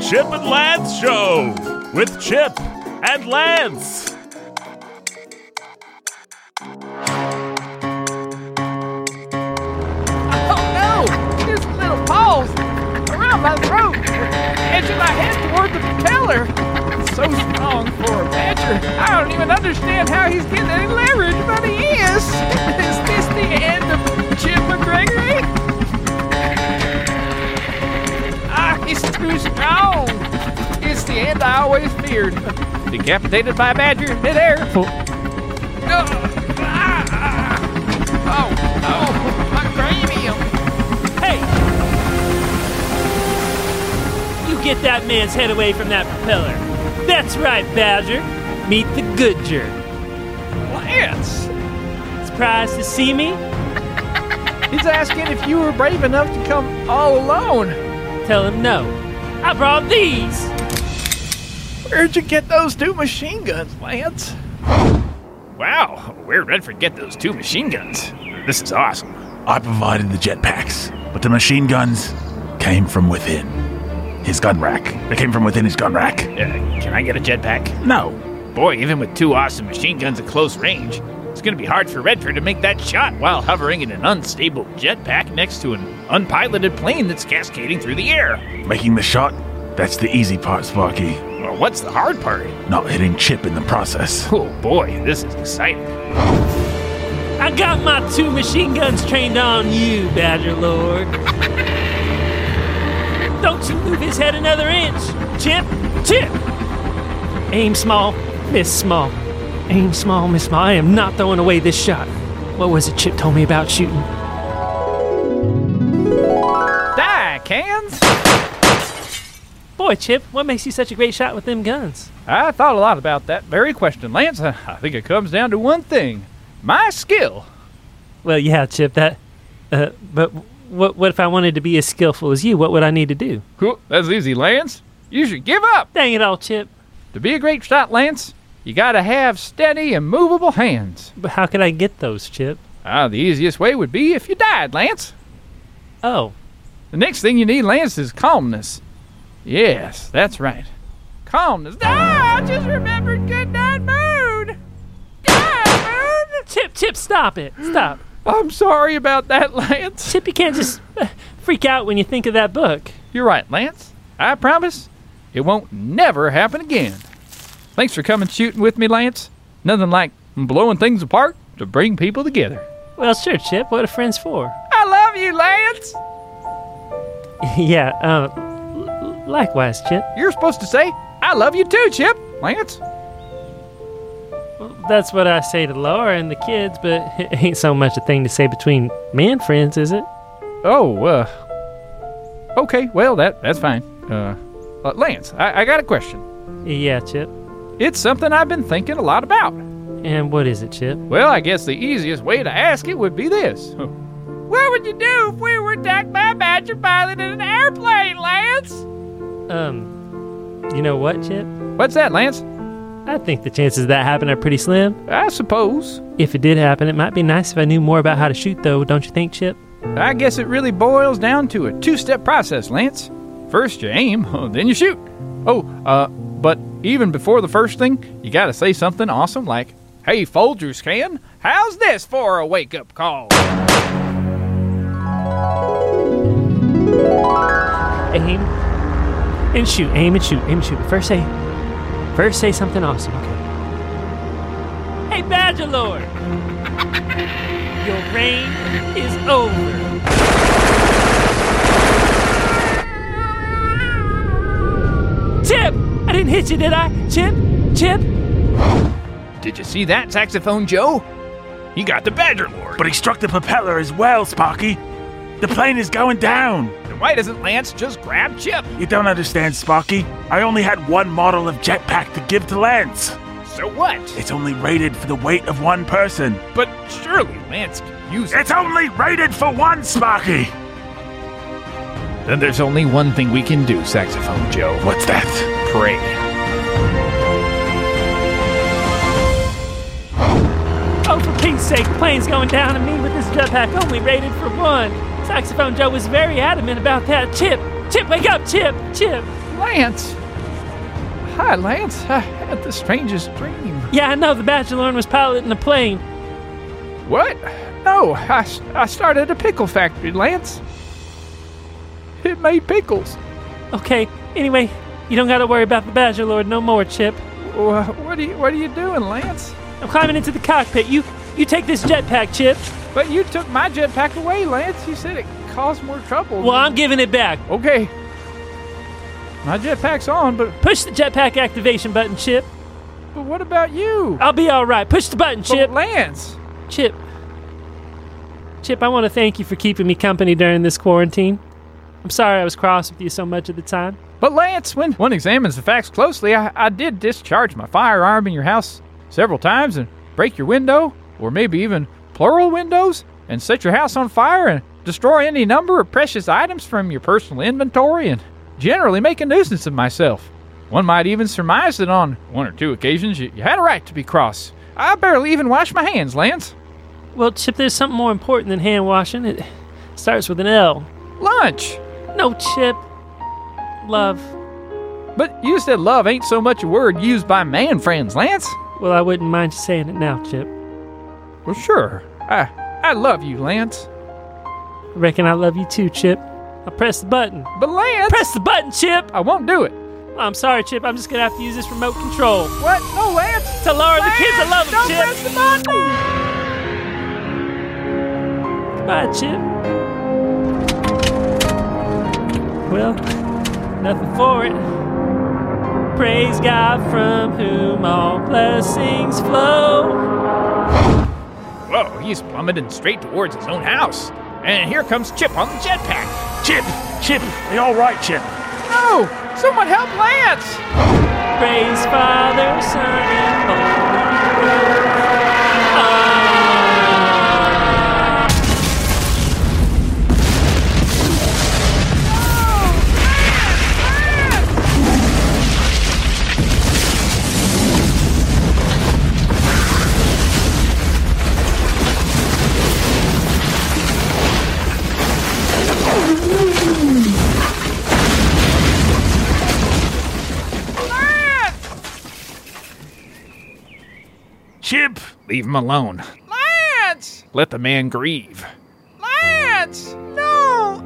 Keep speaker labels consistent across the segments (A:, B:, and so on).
A: Chip and Lance Show with Chip and Lance.
B: Oh no! There's little balls around my throat. Edge of my head toward the propeller. So strong for a badger. I don't even understand how he's getting any leverage, but he is. Is this the end of Jim McGregory? Ah, he's too strong. It's the end I always feared. Decapitated by a badger in midair. No. Ah, ah. Oh, oh, my cranium.
C: Hey! You get that man's head away from that propeller. That's right, Badger. Meet the Goodger.
B: Lance!
C: Surprised to see me?
B: He's asking if you were brave enough to come all alone.
C: Tell him no. I brought these.
B: Where'd you get those two machine guns, Lance?
D: Wow, where did Redford get those two machine guns? This is awesome.
E: I provided the jetpacks, but the machine guns came from within. His gun rack. They came from within his gun rack.
D: Uh, can I get a jetpack?
E: No.
D: Boy, even with two awesome machine guns at close range, it's gonna be hard for Redford to make that shot while hovering in an unstable jetpack next to an unpiloted plane that's cascading through the air.
E: Making the shot? That's the easy part, Sparky.
D: Well, what's the hard part?
E: Not hitting Chip in the process.
D: Oh boy, this is exciting.
C: I got my two machine guns trained on you, Badger Lord. Don't you move his head another inch. Chip, chip. Aim small, miss small. Aim small, miss small. I am not throwing away this shot. What was it Chip told me about shooting?
B: Die, cans!
C: Boy, Chip, what makes you such a great shot with them guns?
B: I thought a lot about that very question, Lance. Uh, I think it comes down to one thing my skill.
C: Well, yeah, Chip, that. Uh, but what, what if I wanted to be as skillful as you? What would I need to do?
B: Cool, that's easy, Lance. You should give up.
C: Dang it all, Chip.
B: To be a great shot, Lance, you gotta have steady and movable hands.
C: But how could I get those, Chip?
B: Ah, the easiest way would be if you died, Lance.
C: Oh,
B: The next thing you need, Lance, is calmness. Yes, that's right. Calmness. Ah, I just remembered good night moon. Good moon.
C: Chip, Chip, stop it. Stop.
B: I'm sorry about that, Lance.
C: Chip, you can't just uh, freak out when you think of that book.
B: You're right, Lance. I promise it won't never happen again. Thanks for coming shooting with me, Lance. Nothing like blowing things apart to bring people together.
C: Well, sure, Chip. What are friends for?
B: I love you, Lance.
C: yeah, uh, l- l- likewise, Chip.
B: You're supposed to say, I love you too, Chip. Lance?
C: That's what I say to Laura and the kids, but it ain't so much a thing to say between man friends, is it?
B: Oh, uh. Okay, well, that that's fine. Uh, uh, Lance, I, I got a question.
C: Yeah, Chip.
B: It's something I've been thinking a lot about.
C: And what is it, Chip?
B: Well, I guess the easiest way to ask it would be this What would you do if we were attacked by a badger pilot in an airplane, Lance?
C: Um, you know what, Chip?
B: What's that, Lance?
C: I think the chances that happen are pretty slim.
B: I suppose.
C: If it did happen, it might be nice if I knew more about how to shoot, though, don't you think, Chip?
B: I guess it really boils down to a two step process, Lance. First you aim, then you shoot. Oh, uh, but even before the first thing, you gotta say something awesome like, Hey, Folgers can, how's this for a wake up call?
C: aim and shoot, aim and shoot, aim and shoot. First say, first say something awesome. Okay. Hey, Badger Lord, your reign is over. Chip, I didn't hit you, did I? Chip, Chip.
D: Did you see that, Saxophone Joe? He got the Badger Lord.
E: But he struck the propeller as well, Sparky. The plane is going down.
D: But why doesn't Lance just grab Chip?
E: You don't understand, Sparky. I only had one model of jetpack to give to Lance.
D: So what?
E: It's only rated for the weight of one person.
D: But surely Lance can use it.
E: It's only rated for one, Sparky.
D: Then there's only one thing we can do, Saxophone Joe.
E: What's that?
D: Pray.
C: Oh, for Pete's sake, the plane's going down and me with this jetpack only rated for one. Saxophone Joe was very adamant about that. Chip, Chip, wake up, Chip, Chip.
B: Lance! Hi, Lance. I had the strangest dream.
C: Yeah, I know the Bachelor was piloting a plane.
B: What? No, I, s- I started a pickle factory, Lance. It made pickles.
C: Okay, anyway, you don't gotta worry about the Badger Lord no more, Chip.
B: Wha- What are you, what are you doing, Lance?
C: I'm climbing into the cockpit. You you take this jetpack, Chip.
B: But you took my jetpack away, Lance. You said it caused more trouble.
C: Well, I'm giving it back.
B: Okay. My jetpack's on, but,
C: Push the jetpack activation button, Chip.
B: but what about you?
C: I'll be all right. Push the button, Chip.
B: But Lance!
C: Chip. Chip, I want to thank you for keeping me company during this quarantine. I'm sorry I was cross with you so much of the time.
B: But Lance, when one examines the facts closely, I, I did discharge my firearm in your house several times and break your window, or maybe even plural windows, and set your house on fire and destroy any number of precious items from your personal inventory and generally make a nuisance of myself. One might even surmise that on one or two occasions you, you had a right to be cross. I barely even wash my hands, Lance.
C: Well, Chip, there's something more important than hand washing. It starts with an L.
B: Lunch!
C: No, Chip. Love.
B: But you said love ain't so much a word used by man friends, Lance.
C: Well, I wouldn't mind you saying it now, Chip.
B: Well, sure. I, I love you, Lance.
C: Reckon I love you too, Chip. I press the button.
B: But Lance,
C: Press the button, Chip!
B: I won't do it.
C: I'm sorry, Chip. I'm just gonna have to use this remote control.
B: What? No, Lance.
C: To lower the kids, I love them,
B: Don't
C: Chip!
B: press the button.
C: Bye, Chip. Well, nothing for it. Praise God from whom all blessings flow.
D: Whoa, Oh, he's plummeting straight towards his own house. And here comes Chip on the jetpack.
A: Chip, Chip, you all right, Chip?
B: No, someone help Lance.
C: Praise Father, Son, and Holy
A: Chip,
D: Leave him alone.
B: Lance.
D: Let the man grieve.
B: Lance. No.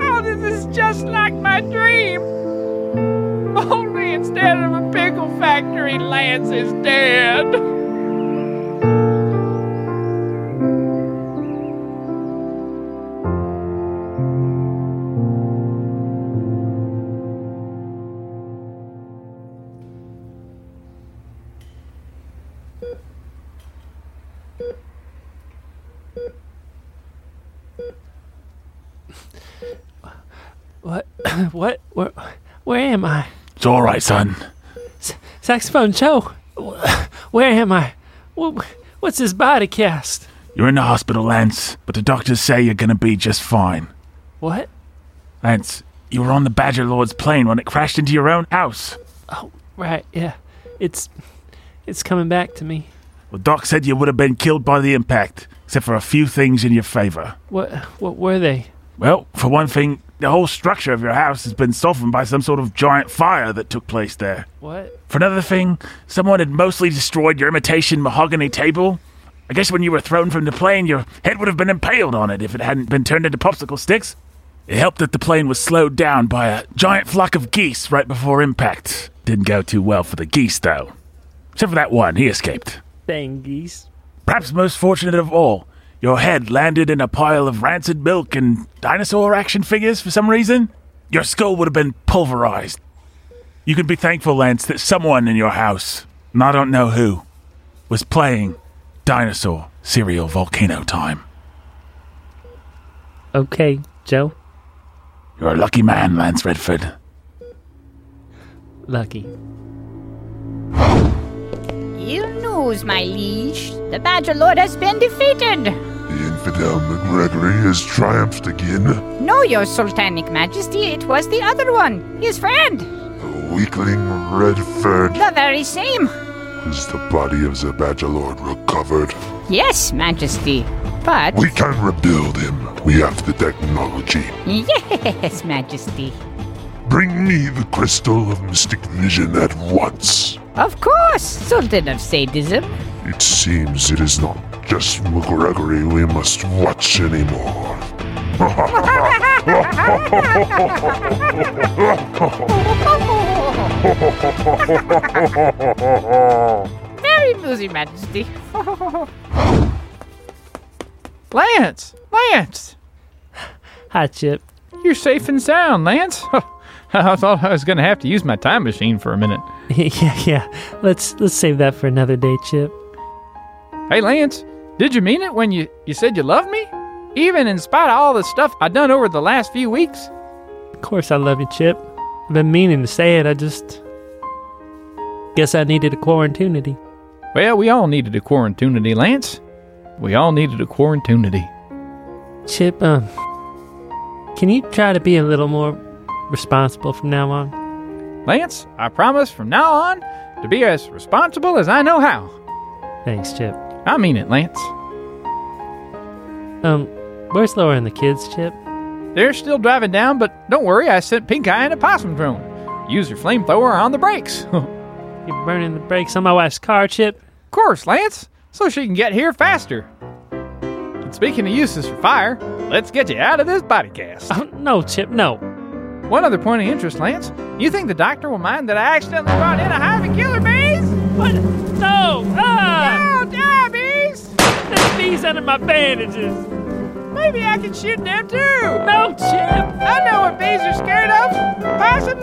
B: Oh, this is just like my dream. Only instead of a pickle factory, Lance is dead.
C: What? What? Where, where am I?
E: It's all right, son.
C: Saxophone Joe, wh- where am I? Wh- What's his body cast?
E: You're in the hospital, Lance, but the doctors say you're gonna be just fine.
C: What?
E: Lance, you were on the Badger Lord's plane when it crashed into your own house.
C: Right, yeah. It's it's coming back to me.
E: Well, Doc said you would have been killed by the impact, except for a few things in your favor.
C: What what were they?
E: Well, for one thing, the whole structure of your house has been softened by some sort of giant fire that took place there.
C: What?
E: For another thing, someone had mostly destroyed your imitation mahogany table. I guess when you were thrown from the plane, your head would have been impaled on it if it hadn't been turned into popsicle sticks. It helped that the plane was slowed down by a giant flock of geese right before impact. Didn't go too well for the geese, though. Except for that one, he escaped.
C: Dang geese.
E: Perhaps most fortunate of all, your head landed in a pile of rancid milk and dinosaur action figures for some reason. Your skull would have been pulverized. You can be thankful, Lance, that someone in your house, and I don't know who, was playing dinosaur serial volcano time.
C: Okay, Joe.
E: You're a lucky man, Lance Redford.
C: Lucky.
F: Ill news, my liege. The Badger Lord has been defeated.
G: The infidel McGregory has triumphed again.
F: No, your Sultanic Majesty, it was the other one, his friend.
G: The weakling Redford.
F: The very same.
G: Is the body of the Badger Lord recovered?
F: Yes, Majesty. But.
G: We can rebuild him. We have the technology.
F: Yes, Majesty.
G: Bring me the crystal of mystic vision at once.
F: Of course, Sultan of Sadism.
G: It seems it is not just McGregory we must watch anymore.
F: Very amusing, Majesty.
B: Lance! Lance!
C: Hi, Chip.
B: You're safe and sound, Lance. I thought I was going to have to use my time machine for a minute.
C: yeah, yeah. Let's let's save that for another day, Chip.
B: Hey, Lance, did you mean it when you, you said you loved me? Even in spite of all the stuff i done over the last few weeks?
C: Of course, I love you, Chip. I've been meaning to say it. I just guess I needed a quarantunity.
B: Well, we all needed a quarantunity, Lance. We all needed a quarantunity.
C: Chip, um, can you try to be a little more responsible from now on?
B: Lance, I promise from now on to be as responsible as I know how.
C: Thanks, Chip.
B: I mean it, Lance.
C: Um, where's Laura and the kids, Chip?
B: They're still driving down, but don't worry, I sent Pink Eye and a possum drone. Use your flamethrower on the brakes. of
C: You're burning the brakes on my wife's car, Chip.
B: course, Lance, so she can get here faster. And speaking of uses for fire, let's get you out of this body cast.
C: Oh, no, Chip, no.
B: One other point of interest, Lance. You think the doctor will mind that I accidentally brought in a hive of killer bees?
C: What? No! Ah!
B: Oh, die, bees!
C: There's bees under my bandages.
B: Maybe I can shoot them too.
C: No, Chip!
B: I know what bees are scared of. Possums